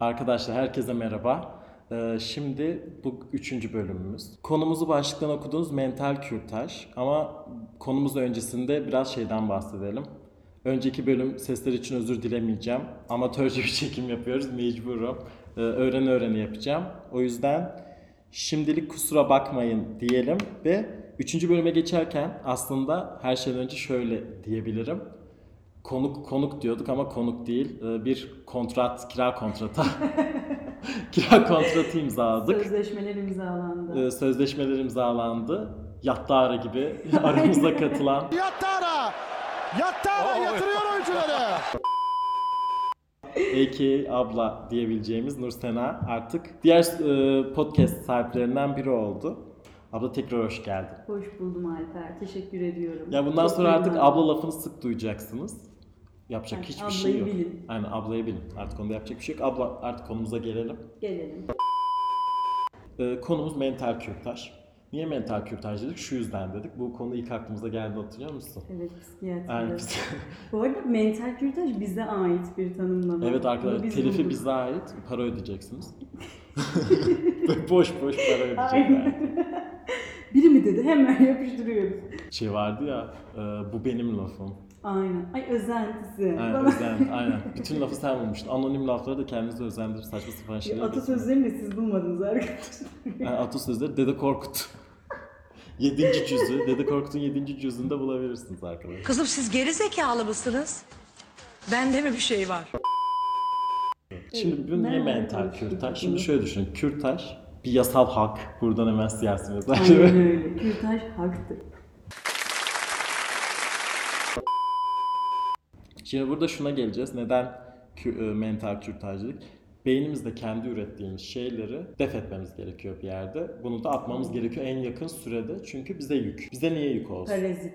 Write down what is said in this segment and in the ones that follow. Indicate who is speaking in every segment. Speaker 1: Arkadaşlar herkese merhaba. Ee, Şimdi bu üçüncü bölümümüz. Konumuzu başlıktan okuduğunuz mental kürtaj ama konumuz öncesinde biraz şeyden bahsedelim. Önceki bölüm sesler için özür dilemeyeceğim. Amatörce bir çekim yapıyoruz mecburum. Ee, Öğren öğreni yapacağım. O yüzden Şimdilik kusura bakmayın diyelim ve 3. bölüme geçerken aslında her şeyden önce şöyle diyebilirim. Konuk konuk diyorduk ama konuk değil. Ee, Bir kontrat, kira kontratı. kira kontratı imzaladık.
Speaker 2: Sözleşmeler imzalandı.
Speaker 1: Ee, Sözleşmeler imzalandı. Yatta ara gibi aramıza katılan
Speaker 3: Yattara! Yattara yatırıyor oyuncuları.
Speaker 1: a.k.a. abla diyebileceğimiz Nur Sena artık diğer e, podcast sahiplerinden biri oldu. Abla tekrar hoş geldin.
Speaker 2: Hoş buldum Alper. Teşekkür ediyorum.
Speaker 1: Ya bundan
Speaker 2: Çok
Speaker 1: sonra artık
Speaker 2: memnunum.
Speaker 1: abla lafını sık duyacaksınız. Yapacak
Speaker 2: Yani
Speaker 1: hiçbir
Speaker 2: ablayı
Speaker 1: şey yok.
Speaker 2: bilin.
Speaker 1: Aynen ablayı bilin. Artık onda yapacak bir şey yok. Abla artık konumuza gelelim.
Speaker 2: Gelelim.
Speaker 1: Ee, konumuz mental kürtaj. Niye mental kürtaj dedik? Şu yüzden dedik. Bu konu ilk aklımıza geldi hatırlıyor musun?
Speaker 2: Evet psikiyatri.
Speaker 1: Yani biz-
Speaker 2: Bu arada mental kürtaj bize ait bir tanımlama.
Speaker 1: evet
Speaker 2: Bunu
Speaker 1: arkadaşlar
Speaker 2: biz
Speaker 1: telifi
Speaker 2: bulduk.
Speaker 1: bize ait. Para ödeyeceksiniz. boş boş para ödeyecekler.
Speaker 2: Aynen. Biri mi dedi hemen yapıştırıyoruz.
Speaker 1: Şey vardı ya e, bu benim lafım.
Speaker 2: Aynen. Ay özentisi.
Speaker 1: Aynen,
Speaker 2: Falan.
Speaker 1: özen, aynen. Bütün lafı sen bulmuştun. Anonim lafları da kendinize özendirip saçma sapan
Speaker 2: Bir
Speaker 1: şeyler. yapıyorsunuz.
Speaker 2: Atasözlerini de siz bulmadınız arkadaşlar.
Speaker 1: Yani atasözleri Dede Korkut. 7. cüzü. Dede Korkut'un 7. cüzünde bulabilirsiniz arkadaşlar.
Speaker 4: Kızım siz geri zekalı mısınız? Bende mi bir şey var?
Speaker 1: Şimdi bu ne
Speaker 2: Nereden
Speaker 1: mental
Speaker 2: konuştuk
Speaker 1: kürtaj?
Speaker 2: bunu?
Speaker 1: Şimdi şöyle düşünün. Kürtaj bir yasal hak. Buradan hemen siyasi mesaj.
Speaker 2: Aynen öyle. Kürtaj haktır.
Speaker 1: Şimdi burada şuna geleceğiz. Neden kü- e, mental kürtajcılık? Beynimizde kendi ürettiğimiz şeyleri def etmemiz gerekiyor bir yerde. Bunu da atmamız gerekiyor en yakın sürede. Çünkü bize yük. Bize niye yük olsun?
Speaker 2: Parazit.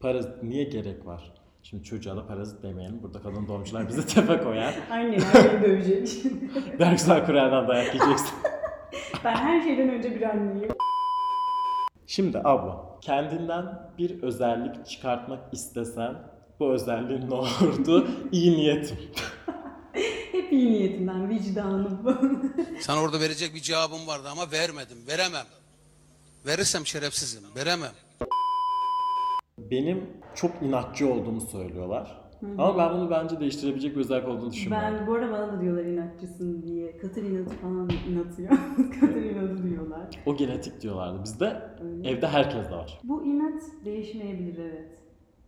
Speaker 1: Parazit niye gerek var? Şimdi çocuğa da parazit demeyelim. Burada kadın doğumcular bizi tepe koyar.
Speaker 2: Aynen öyle dövecek.
Speaker 1: Berksay Kur'an'dan dayak yiyeceksin.
Speaker 2: ben her şeyden önce bir anneyim.
Speaker 1: Şimdi abla, kendinden bir özellik çıkartmak istesen bu özelliğin ne olurdu? İyi niyetim.
Speaker 2: Hep iyi niyetimden, vicdanım falan.
Speaker 5: Sana orada verecek bir cevabım vardı ama vermedim, veremem. Verirsem şerefsizim, veremem.
Speaker 1: Benim çok inatçı olduğumu söylüyorlar. Ama ben bunu bence değiştirebilecek bir özellik olduğunu düşünmüyorum.
Speaker 2: Ben bu arada bana da diyorlar inatçısın diye. Katır inatı falan inatıyor. Katır inadı diyorlar.
Speaker 1: O genetik diyorlardı. Bizde
Speaker 2: Öyle.
Speaker 1: evde herkes de var.
Speaker 2: Bu inat değişmeyebilir evet.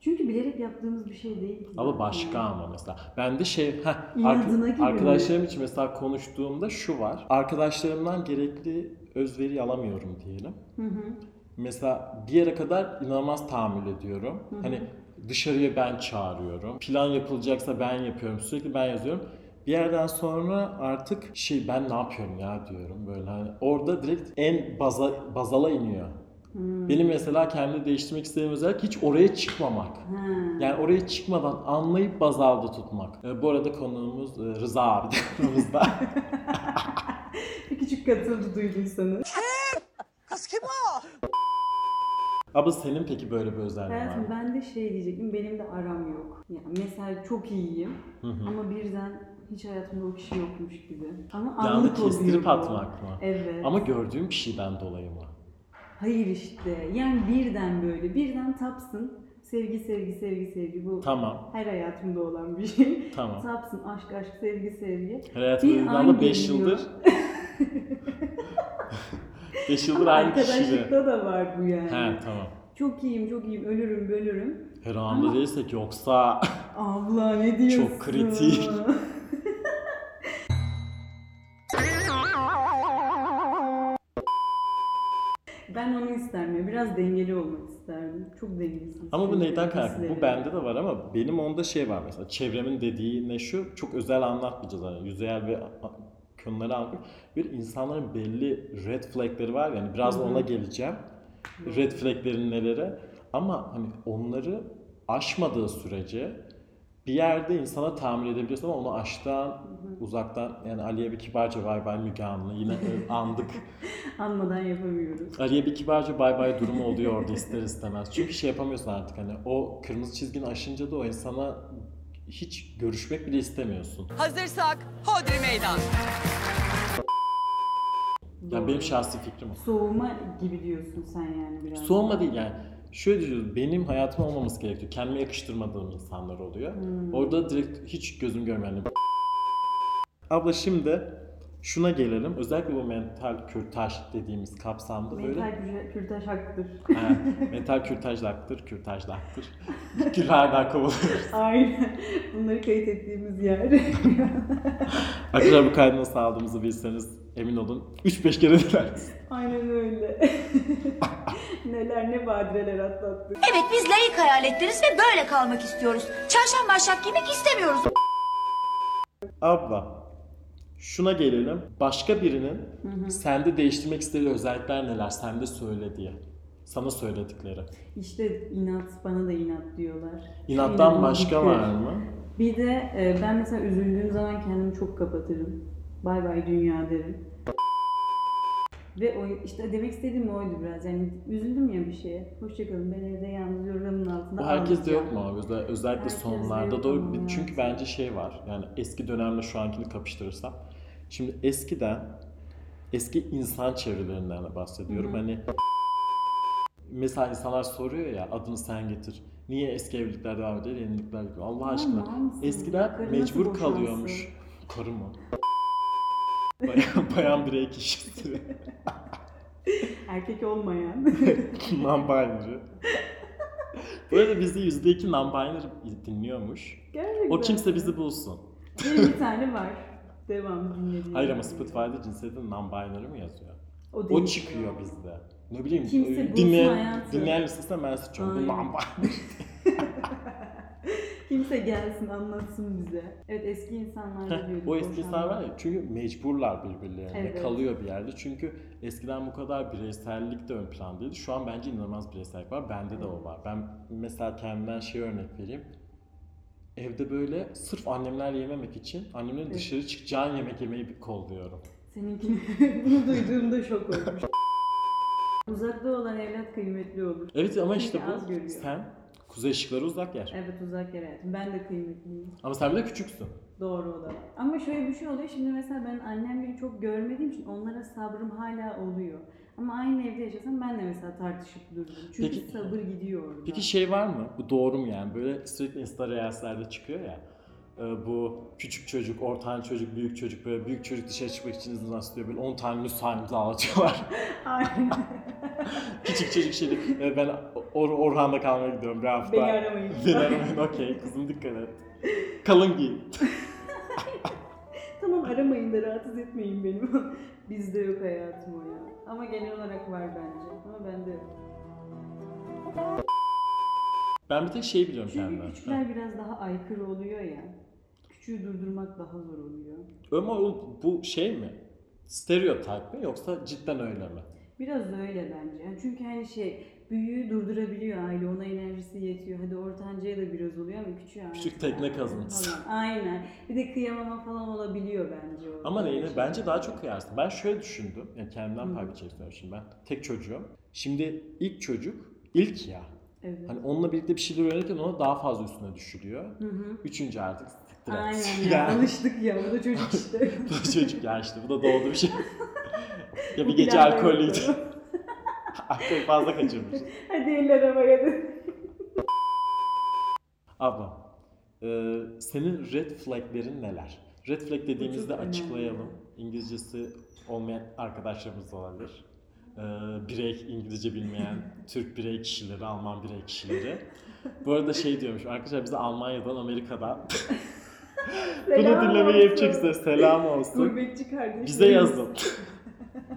Speaker 2: Çünkü bilerek yaptığımız bir şey değil. ki
Speaker 1: Ama
Speaker 2: zaten.
Speaker 1: başka ama mesela. Ben de şey, heh,
Speaker 2: İnadına gibi mi?
Speaker 1: arkadaşlarım için mesela konuştuğumda şu var. Arkadaşlarımdan gerekli özveriyi alamıyorum diyelim.
Speaker 2: Hı hı.
Speaker 1: Mesela bir yere kadar inanılmaz tahammül ediyorum. Hani dışarıya ben çağırıyorum. Plan yapılacaksa ben yapıyorum. Sürekli ben yazıyorum. Bir yerden sonra artık şey ben ne yapıyorum ya diyorum böyle hani orada direkt en baza, bazala iniyor.
Speaker 2: Hmm.
Speaker 1: Benim mesela kendi değiştirmek istediğim özellik hiç oraya çıkmamak.
Speaker 2: Ha.
Speaker 1: Yani oraya çıkmadan anlayıp bazalda tutmak. E, bu arada konuğumuz e, Rıza abi de aramızda.
Speaker 2: Bir küçük katıldı duyduysanız.
Speaker 1: Abi senin peki böyle bir özelliğin var
Speaker 2: Hayatım
Speaker 1: mı?
Speaker 2: ben de şey diyecektim, benim de aram yok. Yani mesela çok iyiyim ama birden hiç hayatımda o kişi yokmuş gibi. Ama
Speaker 1: Yanda
Speaker 2: anlık oluyor
Speaker 1: kestirip
Speaker 2: bu.
Speaker 1: atmak mı?
Speaker 2: Evet.
Speaker 1: Ama gördüğüm kişiden dolayı mı?
Speaker 2: Hayır işte. Yani birden böyle. Birden tapsın. Sevgi, sevgi, sevgi, sevgi. Bu
Speaker 1: Tamam.
Speaker 2: her hayatımda olan bir şey.
Speaker 1: Tamam.
Speaker 2: Tapsın. Aşk, aşk, sevgi, sevgi. Bir
Speaker 1: Hayatımda
Speaker 2: an
Speaker 1: da 5
Speaker 2: geliyor.
Speaker 1: yıldır 5 yıldır
Speaker 2: Ama
Speaker 1: aynı kişiyle.
Speaker 2: arkadaşlıkta da var bu yani.
Speaker 1: He tamam.
Speaker 2: Çok iyiyim, çok iyiyim. Ölürüm, bölürüm.
Speaker 1: Her anda değilsek yoksa
Speaker 2: Abla ne diyorsun?
Speaker 1: Çok kritik.
Speaker 2: Ben onu istermiyorum. Biraz dengeli olmak isterdim. Çok dengelisin.
Speaker 1: ama bu neyden kaynaklı?
Speaker 2: Sinirlerim.
Speaker 1: Bu bende de var ama benim onda şey var mesela çevremin dediği ne şu çok özel anlatmayacağız hani yüzeyel ve a- a- konuları anlat. Bir insanların belli red flagleri var yani biraz ona geleceğim. Red flaglerin neleri ama hani onları aşmadığı sürece bir yerde insana tahammül edebiliyorsun ama onu aştan, uzaktan yani Ali'ye bir kibarca bay bay Müge Anlı yine e, andık.
Speaker 2: Anmadan yapamıyoruz.
Speaker 1: Ali'ye bir kibarca bay bay durumu oluyor orada ister istemez. Çünkü şey yapamıyorsun artık hani o kırmızı çizgin aşınca da o insana hiç görüşmek bile istemiyorsun.
Speaker 6: Hazırsak hodri meydan.
Speaker 1: Ya benim şahsi fikrim o.
Speaker 2: Soğuma gibi diyorsun sen yani biraz.
Speaker 1: Soğuma değil yani. Şöyle diyoruz, benim hayatıma olmaması gerekiyor. Kendime yakıştırmadığım insanlar oluyor. Orada direkt hiç gözüm görmeyen. Abla şimdi şuna gelelim. Özellikle bu mental kürtaj dediğimiz kapsamda böyle...
Speaker 2: Mental küre- kürtaj hakkıdır.
Speaker 1: Ha, mental kürtaj laktır, kürtaj laktır. Küllerden kovalıyoruz.
Speaker 2: Aynen. Bunları kayıt ettiğimiz yer.
Speaker 1: Arkadaşlar bu kaydı nasıl aldığımızı bilseniz emin olun. 3-5 kere dinleriz.
Speaker 2: Aynen öyle. Neler ne badireler atlattık.
Speaker 7: Evet biz layık hayaletleriz ve böyle kalmak istiyoruz. Çarşaf marşaf giymek istemiyoruz.
Speaker 1: Abla, şuna gelelim. Başka birinin sende değiştirmek istediği özellikler neler? Sende söyle diye. Sana söyledikleri.
Speaker 2: İşte inat bana da inat diyorlar.
Speaker 1: İnattan
Speaker 2: İnadım
Speaker 1: başka
Speaker 2: bitti.
Speaker 1: var mı?
Speaker 2: Bir de e, ben mesela üzüldüğüm zaman kendimi çok kapatırım. Bay bay dünya derim. Ve o işte demek istediğim oydu biraz. Yani üzüldüm ya bir şeye. Hoşçakalın ben evde yalnız yorganın altında.
Speaker 1: Bu herkeste
Speaker 2: ağlayacağım.
Speaker 1: yok mu abi? Özel- Özellikle
Speaker 2: Herkeste
Speaker 1: sonlarda
Speaker 2: yok
Speaker 1: doğru.
Speaker 2: ama
Speaker 1: Bir-
Speaker 2: evet.
Speaker 1: Çünkü bence şey var. Yani eski dönemle şu ankini kapıştırırsam. Şimdi eskiden eski insan çevrelerinden de bahsediyorum. Hani mesela insanlar soruyor ya adını sen getir. Niye eski evlilikler devam ediyor, yenilikler gidiyor? Allah
Speaker 2: Aman
Speaker 1: aşkına.
Speaker 2: mısın?
Speaker 1: Eskiden
Speaker 2: Karı nasıl
Speaker 1: mecbur
Speaker 2: boşansın?
Speaker 1: kalıyormuş. Karı mı? bayan, bayan birey kişisi.
Speaker 2: Erkek olmayan.
Speaker 1: non-binary. Bu arada bizi %2 non-binary dinliyormuş.
Speaker 2: Gerçekten.
Speaker 1: O kimse bizi bulsun.
Speaker 2: Benim bir tane var. Devam dinlediğim.
Speaker 1: Hayır ama Spotify'da cinsiyette non-binary mi yazıyor?
Speaker 2: O,
Speaker 1: O
Speaker 2: değil.
Speaker 1: çıkıyor bizde. Ne bileyim e,
Speaker 2: Kimse bulsun
Speaker 1: dinleyen,
Speaker 2: hayatı.
Speaker 1: dinleyen listesinde ben seçiyorum. Bu
Speaker 2: Aynen.
Speaker 1: non-binary.
Speaker 2: Kimse gelsin anlatsın bize. Evet eski insanlar da
Speaker 1: Heh,
Speaker 2: diyorduk,
Speaker 1: o eski
Speaker 2: boşanma.
Speaker 1: insan var ya çünkü mecburlar birbirlerine.
Speaker 2: Evet.
Speaker 1: Kalıyor bir yerde. Çünkü eskiden bu kadar bireysellik de ön plandaydı. Şu an bence inanılmaz bireysellik var. Bende de o var. Ben mesela kendimden şey örnek vereyim. Evde böyle sırf annemler yememek için annemin dışarı çıkacağın yemek yemeyi bir kolluyorum.
Speaker 2: Seninkini bunu duyduğumda şok olmuş. Uzakta olan evlat kıymetli olur.
Speaker 1: Evet ama
Speaker 2: Çünkü
Speaker 1: işte
Speaker 2: az
Speaker 1: bu
Speaker 2: görüyor.
Speaker 1: sen kuzey ışıkları uzak yer.
Speaker 2: Evet uzak yer hayatım. Ben de kıymetliyim.
Speaker 1: Ama sen bir de küçüksün.
Speaker 2: Doğru o da var. Ama şöyle bir şey oluyor. Şimdi mesela ben annemleri çok görmediğim için onlara sabrım hala oluyor. Ama aynı evde yaşasam ben de mesela tartışıp dururum. Çünkü
Speaker 1: Peki-
Speaker 2: sabır gidiyor orada.
Speaker 1: Peki şey var mı? Bu doğru mu yani? Böyle sürekli insta reelslerde çıkıyor ya. Ee, Bu küçük çocuk, ortanca çocuk, büyük çocuk böyle büyük çocuk dışarı çıkmak için izin istiyor. Böyle 10 tane müsait dağıtıyorlar.
Speaker 2: Aynen.
Speaker 1: küçük çocuk şey diyor, "Ee, ben Or Orhan'da kalmaya gidiyorum bir hafta.
Speaker 2: Beni aramayın.
Speaker 1: Beni aramayın okey kızım dikkat et. Kalın giy.
Speaker 2: tamam aramayın da rahatsız etmeyin beni. Bizde yok hayatım o ya. Ama genel olarak var bence. Ama bende yok.
Speaker 1: Ben bir tek şey biliyorum
Speaker 2: Çünkü
Speaker 1: kendimden. Ha.
Speaker 2: küçükler biraz daha aykırı oluyor ya. Küçüğü durdurmak daha zor oluyor.
Speaker 1: Ama o- bu şey mi? Stereotip mi yoksa cidden öyle mi?
Speaker 2: Biraz öyle bence. Yani çünkü hani şey büyüğü durdurabiliyor aile ona enerjisi yetiyor. Hadi ortancaya da biraz oluyor ama küçüğü artık-
Speaker 1: Küçük tekne kazıntısı.
Speaker 2: Falan. Aynen. Bir de kıyamama falan olabiliyor bence. Şey. orada.
Speaker 1: Ama neyine bence daha çok kıyarsın. Ben şöyle düşündüm. Yani kendimden pay biçerek söylüyorum şimdi ben. Tek çocuğum. Şimdi ilk çocuk ilk ya.
Speaker 2: Evet.
Speaker 1: Hani onunla birlikte bir şeyler öğrenirken ona daha fazla üstüne düşülüyor. Üçüncü artık siktir et.
Speaker 2: Aynen ya.
Speaker 1: Yani
Speaker 2: Alıştık ya. Bu da çocuk işte.
Speaker 1: bu da çocuk ya işte bu da doğdu bir şey. ya
Speaker 2: Bu
Speaker 1: bir gece
Speaker 2: planda
Speaker 1: alkollüydü.
Speaker 2: yoktu.
Speaker 1: Alkol fazla kaçırmış.
Speaker 2: Hadi eller havaya da.
Speaker 1: Abla e, senin red flaglerin neler? Red flag dediğimizde
Speaker 2: önemli.
Speaker 1: açıklayalım. İngilizcesi olmayan arkadaşlarımız da olabilir. E, birey İngilizce bilmeyen Türk birey kişileri, Alman birey kişileri. Bu arada şey diyormuş arkadaşlar bize Almanya'dan, Amerika'dan bunu
Speaker 2: Selam
Speaker 1: dinlemeyi
Speaker 2: olsun.
Speaker 1: yapacaksa selam olsun.
Speaker 2: Gurbetçi kardeşim.
Speaker 1: bize yazın.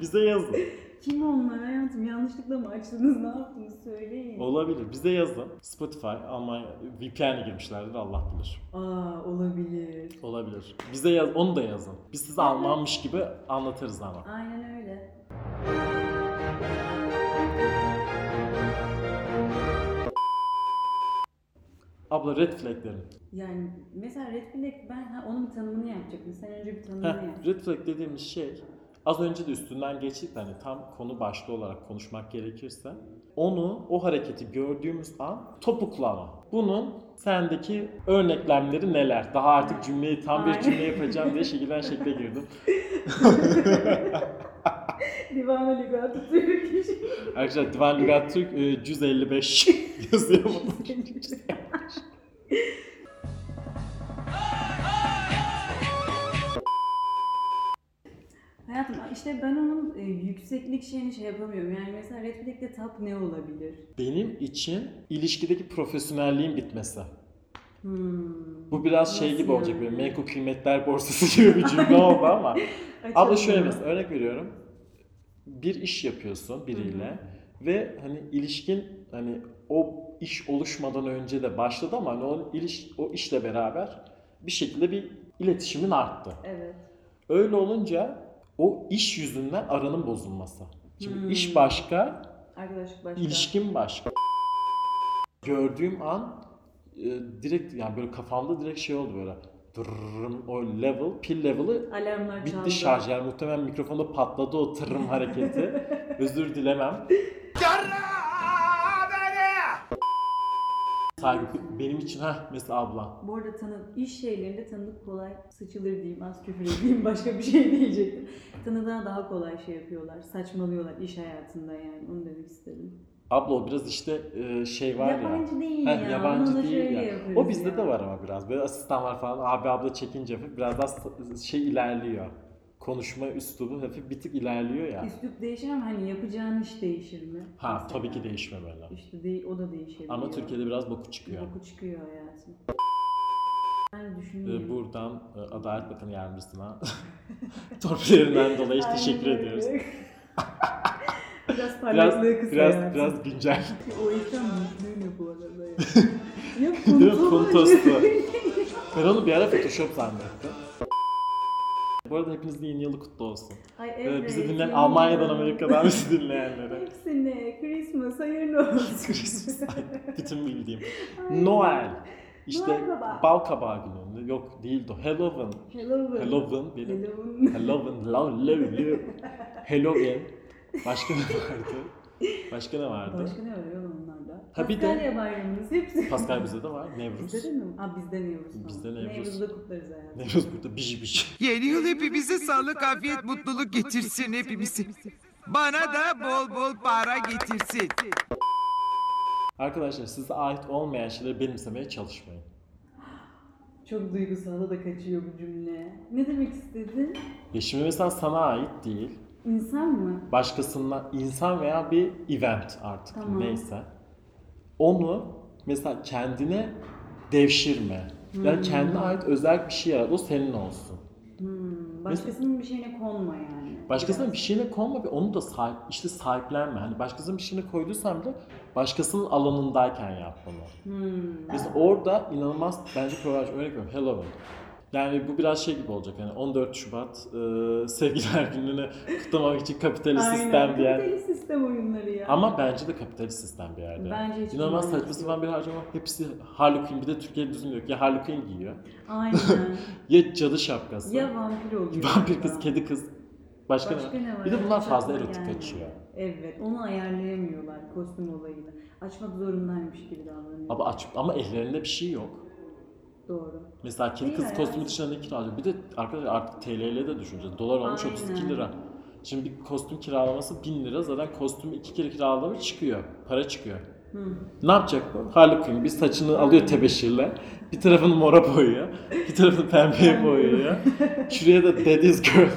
Speaker 1: bize yazın.
Speaker 2: Kim onlar hayatım? Yanlışlıkla mı açtınız? Ne yaptınız? Söyleyin.
Speaker 1: Olabilir. Bize yazın. Spotify, Almanya, VPN'e girmişlerdir Allah bilir.
Speaker 2: Aa olabilir.
Speaker 1: Olabilir. Bize yaz, onu da yazın. Biz size Almanmış gibi anlatırız ama.
Speaker 2: Aynen öyle.
Speaker 1: Abla red flaglerin.
Speaker 2: Yani mesela Red Flag ben ha, onun bir tanımını yapacaktım. Sen önce bir tanımını
Speaker 1: Heh,
Speaker 2: yap.
Speaker 1: red flag dediğimiz şey Az önce de üstünden geçtik de hani tam konu başlığı olarak konuşmak gerekirse onu o hareketi gördüğümüz an topuklama. Bunun sendeki örneklemleri neler? Daha artık cümleyi tam bir
Speaker 2: Aynen.
Speaker 1: cümle yapacağım diye şekilden şekle girdim.
Speaker 2: Divan Ligatı Türk kişi.
Speaker 1: Arkadaşlar Divan Lügat Türk e, 155 yazıyor bunun.
Speaker 2: Hayatım işte ben onun e, yükseklik şeyini şey yapamıyorum. Yani mesela Red Flag'de tap ne olabilir?
Speaker 1: Benim için ilişkideki profesyonelliğin bitmesi.
Speaker 2: Hmm.
Speaker 1: Bu biraz şey
Speaker 2: Nasıl
Speaker 1: gibi olacak
Speaker 2: yani?
Speaker 1: böyle menkul kıymetler borsası gibi bir cümle oldu ama. Ama şöyle mesela örnek veriyorum. Bir iş yapıyorsun biriyle ve hani ilişkin hani o iş oluşmadan önce de başladı ama hani o, iliş, o işle beraber bir şekilde bir iletişimin arttı.
Speaker 2: Evet.
Speaker 1: Öyle olunca o iş yüzünden aranın bozulması. Şimdi iş başka,
Speaker 2: Arkadaşlık başka.
Speaker 1: İlişkim başka. Gördüğüm an e, direkt yani böyle kafamda direkt şey oldu böyle. Dırrrrım, o level, pil level'ı
Speaker 2: Alarmlar çaldı.
Speaker 1: bitti şarj. Yani muhtemelen mikrofonda patladı o tırrım hareketi. Özür dilemem. Saygı benim için ha mesela abla.
Speaker 2: Bu arada tanı iş şeylerinde tanıdık kolay sıçılır diyeyim, az küfür edeyim, başka bir şey diyecektim. Tanıdığa daha kolay şey yapıyorlar, saçmalıyorlar iş hayatında yani, onu demek istedim.
Speaker 1: Abla o biraz işte e, şey var ya.
Speaker 2: Yabancı değil
Speaker 1: Ha,
Speaker 2: ya,
Speaker 1: yabancı
Speaker 2: ona da
Speaker 1: değil
Speaker 2: şöyle
Speaker 1: ya.
Speaker 2: yaparız
Speaker 1: O bizde
Speaker 2: ya.
Speaker 1: de var ama biraz. Böyle asistanlar falan abi abla çekince hafif biraz daha s- şey ilerliyor. Konuşma üslubu hafif bir tık ilerliyor ya.
Speaker 2: Üslup değişir ama hani yapacağın iş değişir mi?
Speaker 1: Ha
Speaker 2: Mesela.
Speaker 1: tabii ki değişmemeli.
Speaker 2: İşte de, o da değişebiliyor.
Speaker 1: Ama Türkiye'de biraz boku çıkıyor.
Speaker 2: Boku çıkıyor hayatım. Ben düşünüyorum.
Speaker 1: Ee, buradan e, Adalet Bakanı Yardımcısına torpillerinden dolayı
Speaker 2: Aynen
Speaker 1: teşekkür
Speaker 2: öyle.
Speaker 1: ediyoruz.
Speaker 2: biraz
Speaker 1: Biraz
Speaker 2: parlaklığı kısa
Speaker 1: biraz
Speaker 2: hayatım.
Speaker 1: biraz güncel.
Speaker 2: O işten mutluyum ya bu arada ya. ya
Speaker 1: Değil mi?
Speaker 2: kuntosu.
Speaker 1: Kuntosu. Ben onu bir ara Photoshop zannettim. Bu arada hepinizin yeni yılı kutlu olsun.
Speaker 2: Ay
Speaker 1: Ee,
Speaker 2: evet.
Speaker 1: bizi dinleyen
Speaker 2: ya.
Speaker 1: Almanya'dan Amerika'dan bizi dinleyenlere.
Speaker 2: Hepsine Christmas hayırlı olsun.
Speaker 1: Christmas. Bütün bildiğim. Noel. İşte
Speaker 2: Noel Baba.
Speaker 1: bal kabağı günü. Yok değildi. o. Halloween.
Speaker 2: Hello.
Speaker 1: Halloween benim.
Speaker 2: Hello.
Speaker 1: Halloween. la- la- la- Halloween. Başka ne vardı? Başka ne vardı?
Speaker 2: Başka ne var ya onlarda?
Speaker 1: Ha, bir de-
Speaker 2: Paskalya bayramımız hepsi.
Speaker 1: Pascal bizde de var. Nevruz.
Speaker 2: Bizde de mi? Aa bizde Nevruz. var.
Speaker 1: Bizde Nevruz.
Speaker 2: Nevruz'da kutlarız hayatım.
Speaker 1: Nevruz burada biji biji.
Speaker 8: Yeni yıl hepimize sağlık, afiyet, mutluluk getirsin hepimizi. Bana da bol bol para getirsin.
Speaker 1: Arkadaşlar size ait olmayan şeyleri benimsemeye çalışmayın.
Speaker 2: Çok duygusala da kaçıyor bu cümle. Ne demek istedin?
Speaker 1: Ya şimdi mesela sana ait değil.
Speaker 2: İnsan mı?
Speaker 1: Başkasından insan veya bir event artık
Speaker 2: Tamam.
Speaker 1: neyse. Onu mesela kendine devşirme. Yani kendine ait özel bir şey yarat. O senin olsun.
Speaker 2: Hmm, Başkasının bir şeyine konma yani.
Speaker 1: Başkasının bir şeyine konma ve onu da sahip, işte sahiplenme. Hani başkasının bir şeyine koyduysan bile başkasının alanındayken yap bunu.
Speaker 2: Hmm.
Speaker 1: Mesela orada inanılmaz bence program örnek veriyorum Halloween. Yani bu biraz şey gibi olacak hani 14 Şubat e, sevgiler gününü kutlamak için kapitalist sistem bir yer.
Speaker 2: Kapitalist sistem oyunları ya.
Speaker 1: Ama bence de kapitalist sistem bir yerde.
Speaker 2: Bence hiç
Speaker 1: İnanılmaz
Speaker 2: kullanmıyor.
Speaker 1: saçma sapan bir harcama. Hepsi Harley Quinn bir de Türkiye'de düzgün yok. Ya Harley Quinn giyiyor.
Speaker 2: Aynen.
Speaker 1: Ya cadı şapkası.
Speaker 2: ya vampir oluyor.
Speaker 1: vampir
Speaker 2: ya.
Speaker 1: kız, kedi kız. Başka,
Speaker 2: Başka ne var?
Speaker 1: Bir de bunlar fazla
Speaker 2: Çakma
Speaker 1: erotik
Speaker 2: yani.
Speaker 1: kaçıyor.
Speaker 2: Evet. Onu ayarlayamıyorlar kostüm olayını. Açmak zorundaymış gibi davranıyor.
Speaker 1: Ama, aç, ama ellerinde bir şey yok.
Speaker 2: Doğru.
Speaker 1: Mesela kedi
Speaker 2: Değil
Speaker 1: kız
Speaker 2: mi?
Speaker 1: kostümü dışında ne kiralıyor? Bir de arkadaşlar artık TL'yle de düşüneceğiz. Dolar olmuş
Speaker 2: Aynen.
Speaker 1: 32 lira. Şimdi bir kostüm kiralaması 1000 lira. Zaten kostümü iki kere kiralamış çıkıyor. Para çıkıyor. Ne yapacak bu? Harley Quinn bir saçını alıyor tebeşirle. Bir tarafını mora boyuyor. Bir tarafını pembeye boyuyor. Şuraya da Daddy's Girl.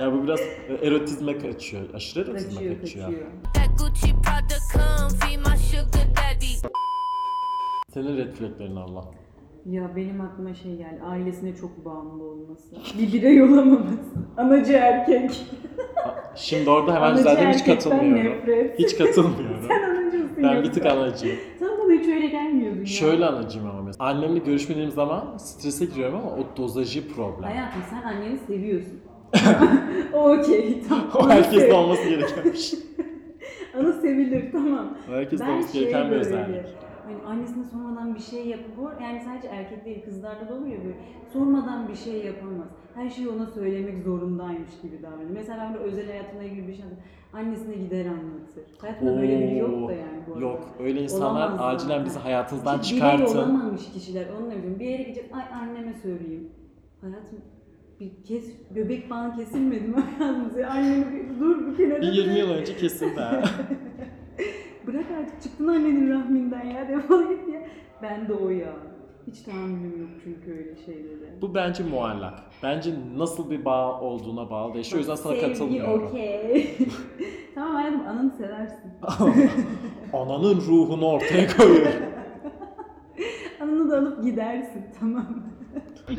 Speaker 1: ya bu biraz erotizme kaçıyor. Aşırı erotizme
Speaker 2: Kaçıyor kaçıyor.
Speaker 9: That Gucci Prada comfy, my sugar daddy.
Speaker 1: Senin red flaglerin Allah.
Speaker 2: Ya benim aklıma şey geldi. Ailesine çok bağımlı olması. Bir birey olamaması. Anacı erkek.
Speaker 1: Şimdi orada hemen
Speaker 2: Anacı
Speaker 1: zaten hiç
Speaker 2: erkekten
Speaker 1: katılmıyorum.
Speaker 2: nefret.
Speaker 1: Hiç katılmıyorum.
Speaker 2: Sen anacısın
Speaker 1: Ben bir
Speaker 2: yoksa.
Speaker 1: tık anacıyım.
Speaker 2: Sana bana hiç öyle gelmiyordu ya.
Speaker 1: Şöyle anacıyım ama mesela. Annemle görüşmediğim zaman strese giriyorum ama o dozajı problem.
Speaker 2: Hayatım sen anneni seviyorsun. O Okey tamam.
Speaker 1: O herkeste olması gereken bir şey.
Speaker 2: Ana sevilir tamam.
Speaker 1: Herkeste
Speaker 2: Ben
Speaker 1: olması
Speaker 2: şey
Speaker 1: gereken bir
Speaker 2: böyle,
Speaker 1: özellik.
Speaker 2: hani annesine sormadan bir şey yapıp bu yani sadece erkek değil kızlarda da olur ya böyle sormadan bir şey yapamaz. Her şeyi ona söylemek zorundaymış gibi davranıyor. Mesela ben de özel hayatımla ilgili bir şey anlatayım. annesine gider anlatır. Hayatımda böyle biri yok da yani bu arada.
Speaker 1: Yok, öyle insanlar
Speaker 2: Olamaz da.
Speaker 1: acilen bizi hayatınızdan
Speaker 2: Hiç
Speaker 1: çıkartın.
Speaker 2: Birey olamamış kişiler onunla ilgili. Bir yere gidecek ay anneme söyleyeyim. Hayatım bir kes göbek falan kesilmedi mi hayatımız ya? Anneni bir, dur bir kenara.
Speaker 1: Bir 20 yıl
Speaker 2: bırak.
Speaker 1: önce kesin be.
Speaker 2: Bırak artık çıktın annenin rahminden ya defol git ya. Ben de o ya. Hiç tahammülüm yok çünkü öyle şeylere.
Speaker 1: Bu bence muallak. Bence nasıl bir bağ olduğuna bağlı değişiyor. O yüzden sana
Speaker 2: Sevgi
Speaker 1: katılmıyorum.
Speaker 2: okey. tamam hayatım ananı seversin.
Speaker 1: Ananın ruhunu ortaya koyuyor.
Speaker 2: Ananı da alıp gidersin tamam mı?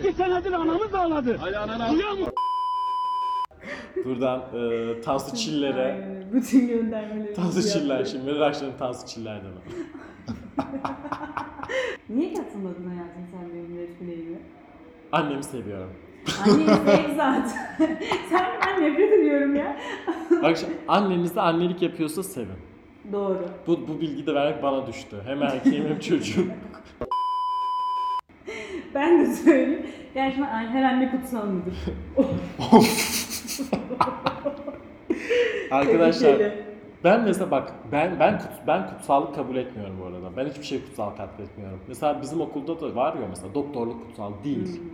Speaker 1: Buradan e, Tansu Çiller'e
Speaker 2: Aynen, Bütün göndermeleri.
Speaker 1: Tansu
Speaker 2: yapıyor.
Speaker 1: Çiller şimdi. Meral Akşener'in Tansu Çiller deme.
Speaker 2: Niye katılmadın hayatım sen benim resimlerime?
Speaker 1: Annemi seviyorum.
Speaker 2: Annem zevk zaten. sen ben nefret ediyorum ya.
Speaker 1: Bak şimdi anneniz de annelik yapıyorsa sevin.
Speaker 2: Doğru.
Speaker 1: Bu, bu bilgi de vermek bana düştü. Hem erkeğim hem çocuğum.
Speaker 2: Ben de söyleyeyim. Gerçekten an- her anne kutsal mıdır?
Speaker 1: Arkadaşlar
Speaker 2: Tehlikeli.
Speaker 1: ben mesela bak ben ben kut- ben kutsallık kabul etmiyorum bu arada. Ben hiçbir şey kutsal kabul etmiyorum. Mesela bizim okulda da var ya mesela doktorluk kutsal değil.
Speaker 2: Hmm.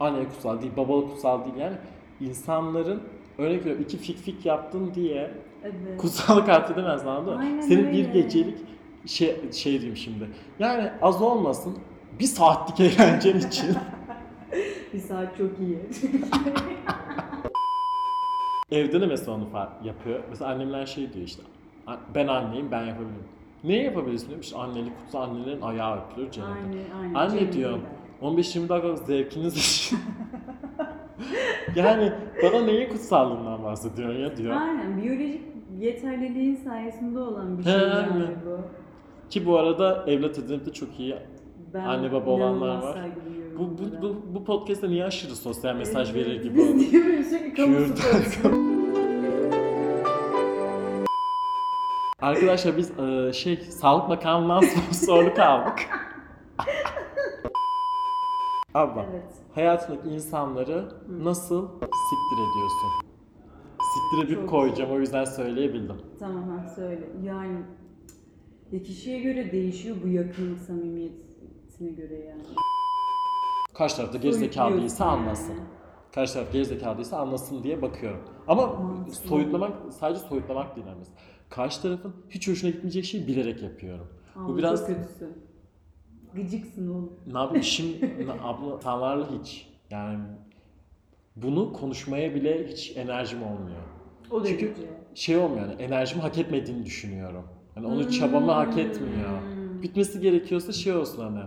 Speaker 1: Anne kutsal değil, babalık kutsal değil yani insanların örnek veriyorum iki fik fik yaptın diye
Speaker 2: Evet.
Speaker 1: kutsallık kabul edemezsin anladın mı?
Speaker 2: Aynen
Speaker 1: Senin bir
Speaker 2: öyle.
Speaker 1: gecelik şey, şey diyeyim şimdi. Yani az olmasın bir saatlik eğlencen için
Speaker 2: Bir saat çok iyi.
Speaker 1: Evde de mesela onu fa- yapıyor. Mesela annemler şey diyor işte. "A- Ben anneyim ben yapabilirim. Ne yapabilirsin diyorum. İşte annelik kutsu annelerin ayağı öpülür cennette.
Speaker 2: Aynen, aynen.
Speaker 1: Anne
Speaker 2: Cennete
Speaker 1: diyorum.
Speaker 2: gider.
Speaker 1: 15-20 dakika zevkiniz için. yani bana neyin kutsallığından bahsediyorsun ya diyor.
Speaker 2: Aynen. Biyolojik yeterliliğin sayesinde olan bir
Speaker 1: He,
Speaker 2: şey yani
Speaker 1: aynen.
Speaker 2: bu.
Speaker 1: Ki bu arada evlat edinip de çok iyi
Speaker 2: Ben
Speaker 1: anne baba olanlar
Speaker 2: inanılmaz
Speaker 1: var.
Speaker 2: saygı duyuyorum
Speaker 1: Bu, bu,
Speaker 2: onlara.
Speaker 1: bu, bu podcast'te niye aşırı sosyal mesaj
Speaker 2: Evet,
Speaker 1: verir
Speaker 2: evet.
Speaker 1: gibi oldu?
Speaker 2: Biz niye böyle sürekli kamu
Speaker 1: Kürt.
Speaker 2: spotu?
Speaker 1: Arkadaşlar biz e, şey Sağlık Bakanlığı'ndan sponsorluk aldık. Abla,
Speaker 2: Evet.
Speaker 1: hayatındaki insanları nasıl siktir ediyorsun? Siktir edip
Speaker 2: Çok
Speaker 1: koyacağım o yüzden söyleyebildim.
Speaker 2: Tamam ha söyle. Yani ya kişiye göre değişiyor bu yakınlık samimiyetine göre yani.
Speaker 1: Karşı tarafta gerizekalıysa
Speaker 2: Soyutluyorsun
Speaker 1: anlasın.
Speaker 2: yani.
Speaker 1: Karşı taraf gerizekalıysa anlasın diye bakıyorum. Ama
Speaker 2: Mantıklı.
Speaker 1: soyutlamak, sadece soyutlamak değil yalnız. Karşı tarafın hiç hoşuna gitmeyecek şeyi bilerek yapıyorum.
Speaker 2: Ama
Speaker 1: Bu biraz
Speaker 2: çok kötüsü. Gıcıksın oğlum.
Speaker 1: Ne yapayım işim ne- abla tanlarla hiç. Yani bunu konuşmaya bile hiç enerjim olmuyor.
Speaker 2: O derece.
Speaker 1: Çünkü şey olmuyor yani enerjimi hak etmediğini düşünüyorum. Hani onu
Speaker 2: Hmm.
Speaker 1: çabamı hak etmiyor. Bitmesi gerekiyorsa şey olsun hani.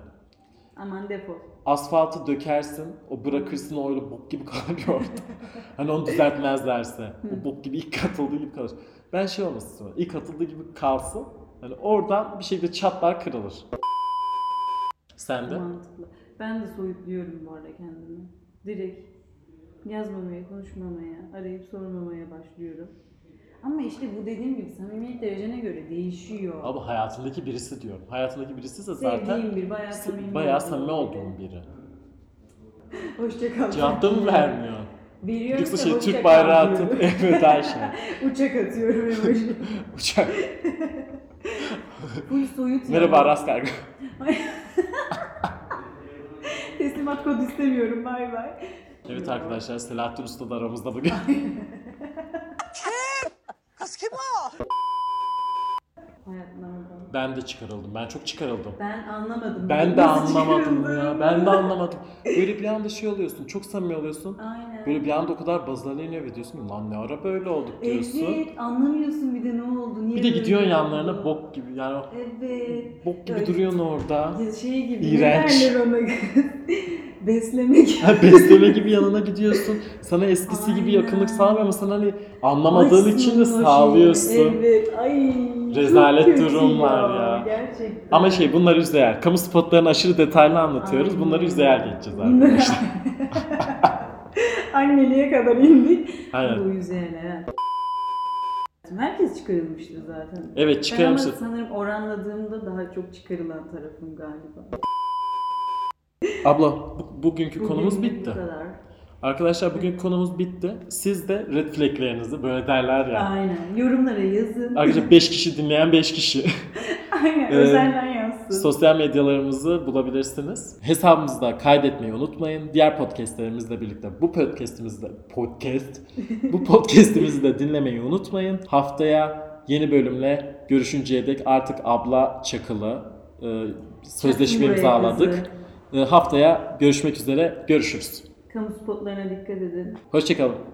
Speaker 2: Aman defol.
Speaker 1: Asfaltı dökersin, o bırakırsın o öyle bok gibi kalır bir orada. hani onu düzeltmezlerse. O bok gibi ilk katıldığı gibi kalır. Ben şey olmasın istiyorum, ilk atıldığı gibi kalsın. Hani oradan bir şekilde çatlar kırılır. Sen de?
Speaker 2: Mantıklı. Ben de soyutluyorum bu arada kendimi. Direkt yazmamaya, konuşmamaya, arayıp sormamaya başlıyorum. Ama işte bu dediğim gibi samimiyet derecene göre değişiyor.
Speaker 1: Abi hayatındaki birisi diyorum. Hayatındaki birisi ise zaten
Speaker 2: Sevdiğim bir, bayağı samimi
Speaker 1: bayağı
Speaker 2: olduğum
Speaker 1: samimi
Speaker 2: biri.
Speaker 1: olduğum biri.
Speaker 2: Hoşça kal.
Speaker 1: Cevap da mı vermiyor?
Speaker 2: Veriyorsa
Speaker 1: Yoksa şey
Speaker 2: hoşça
Speaker 1: Türk
Speaker 2: kal
Speaker 1: bayrağı
Speaker 2: diyorum.
Speaker 1: atıp evet her şey.
Speaker 2: Uçak atıyorum emoji.
Speaker 1: Uçak.
Speaker 2: Full soyut yani.
Speaker 1: Merhaba Aras Kargo.
Speaker 2: Teslimat kodu istemiyorum bay bay.
Speaker 1: Evet arkadaşlar Selahattin Usta da aramızda bugün.
Speaker 2: Hayatına bakalım.
Speaker 1: ben de çıkarıldım. Ben çok çıkarıldım.
Speaker 2: Ben anlamadım.
Speaker 1: Ben de
Speaker 2: Nasıl
Speaker 1: anlamadım
Speaker 2: çıkarıldı?
Speaker 1: ya. Ben de anlamadım. Böyle bir anda şey oluyorsun. Çok samimi oluyorsun.
Speaker 2: Aynen.
Speaker 1: Böyle bir anda o kadar bazalanıyor ve diyorsun ki, lan ne ara böyle olduk diyorsun.
Speaker 2: Evet anlamıyorsun bir de ne oldu. Niye
Speaker 1: Bir de
Speaker 2: böyle
Speaker 1: gidiyorsun
Speaker 2: oldu?
Speaker 1: yanlarına bok gibi. Yani
Speaker 2: Evet.
Speaker 1: bok gibi
Speaker 2: Öyle.
Speaker 1: duruyorsun orada.
Speaker 2: Şey gibi.
Speaker 1: İğrenç.
Speaker 2: ne derler ona? Beslemek.
Speaker 1: Ha, besleme gibi yanına gidiyorsun. Sana eskisi gibi
Speaker 2: Aynen.
Speaker 1: yakınlık sağlamıyor ama sana hani anlamadığın için de
Speaker 2: Açsın o şeyi.
Speaker 1: sağlıyorsun.
Speaker 2: Evet. Ay. çok
Speaker 1: Rezalet
Speaker 2: kötü
Speaker 1: durumlar ya.
Speaker 2: Gerçekten.
Speaker 1: Ama şey bunlar üzeyer. Kamu spotlarını aşırı detaylı anlatıyoruz.
Speaker 2: Aynen.
Speaker 1: Bunları üzeyer geçeceğiz arkadaşlar.
Speaker 2: Anneliğe kadar indik.
Speaker 1: Aynen.
Speaker 2: Bu yüzeyler. çıkarmıştım. Herkes çıkarılmıştı zaten.
Speaker 1: Evet
Speaker 2: Ben
Speaker 1: çıkarmıştı.
Speaker 2: ama sanırım oranladığımda daha çok çıkarılan tarafım galiba.
Speaker 1: Abla bu- bugünkü
Speaker 2: Bugün
Speaker 1: konumuz bitti.
Speaker 2: Bu kadar.
Speaker 1: Arkadaşlar bugün konumuz bitti. Siz de red flaglerinizi böyle derler ya.
Speaker 2: Aynen. Yorumlara yazın.
Speaker 1: Arkadaşlar 5 kişi dinleyen 5 kişi.
Speaker 2: Aynen.
Speaker 1: Ee,
Speaker 2: özelden yazsın.
Speaker 1: Sosyal medyalarımızı bulabilirsiniz. Hesabımızda kaydetmeyi unutmayın. Diğer podcastlerimizle birlikte bu podcastimizi de podcast bu podcastimizi de dinlemeyi unutmayın. Haftaya yeni bölümle görüşünceye dek artık abla çakılı e, sözleşme
Speaker 2: Çakın buraya
Speaker 1: imzaladık.
Speaker 2: kızı.
Speaker 1: E, haftaya görüşmek üzere. Görüşürüz.
Speaker 2: Kamu spotlarına dikkat edin.
Speaker 1: Hoşçakalın.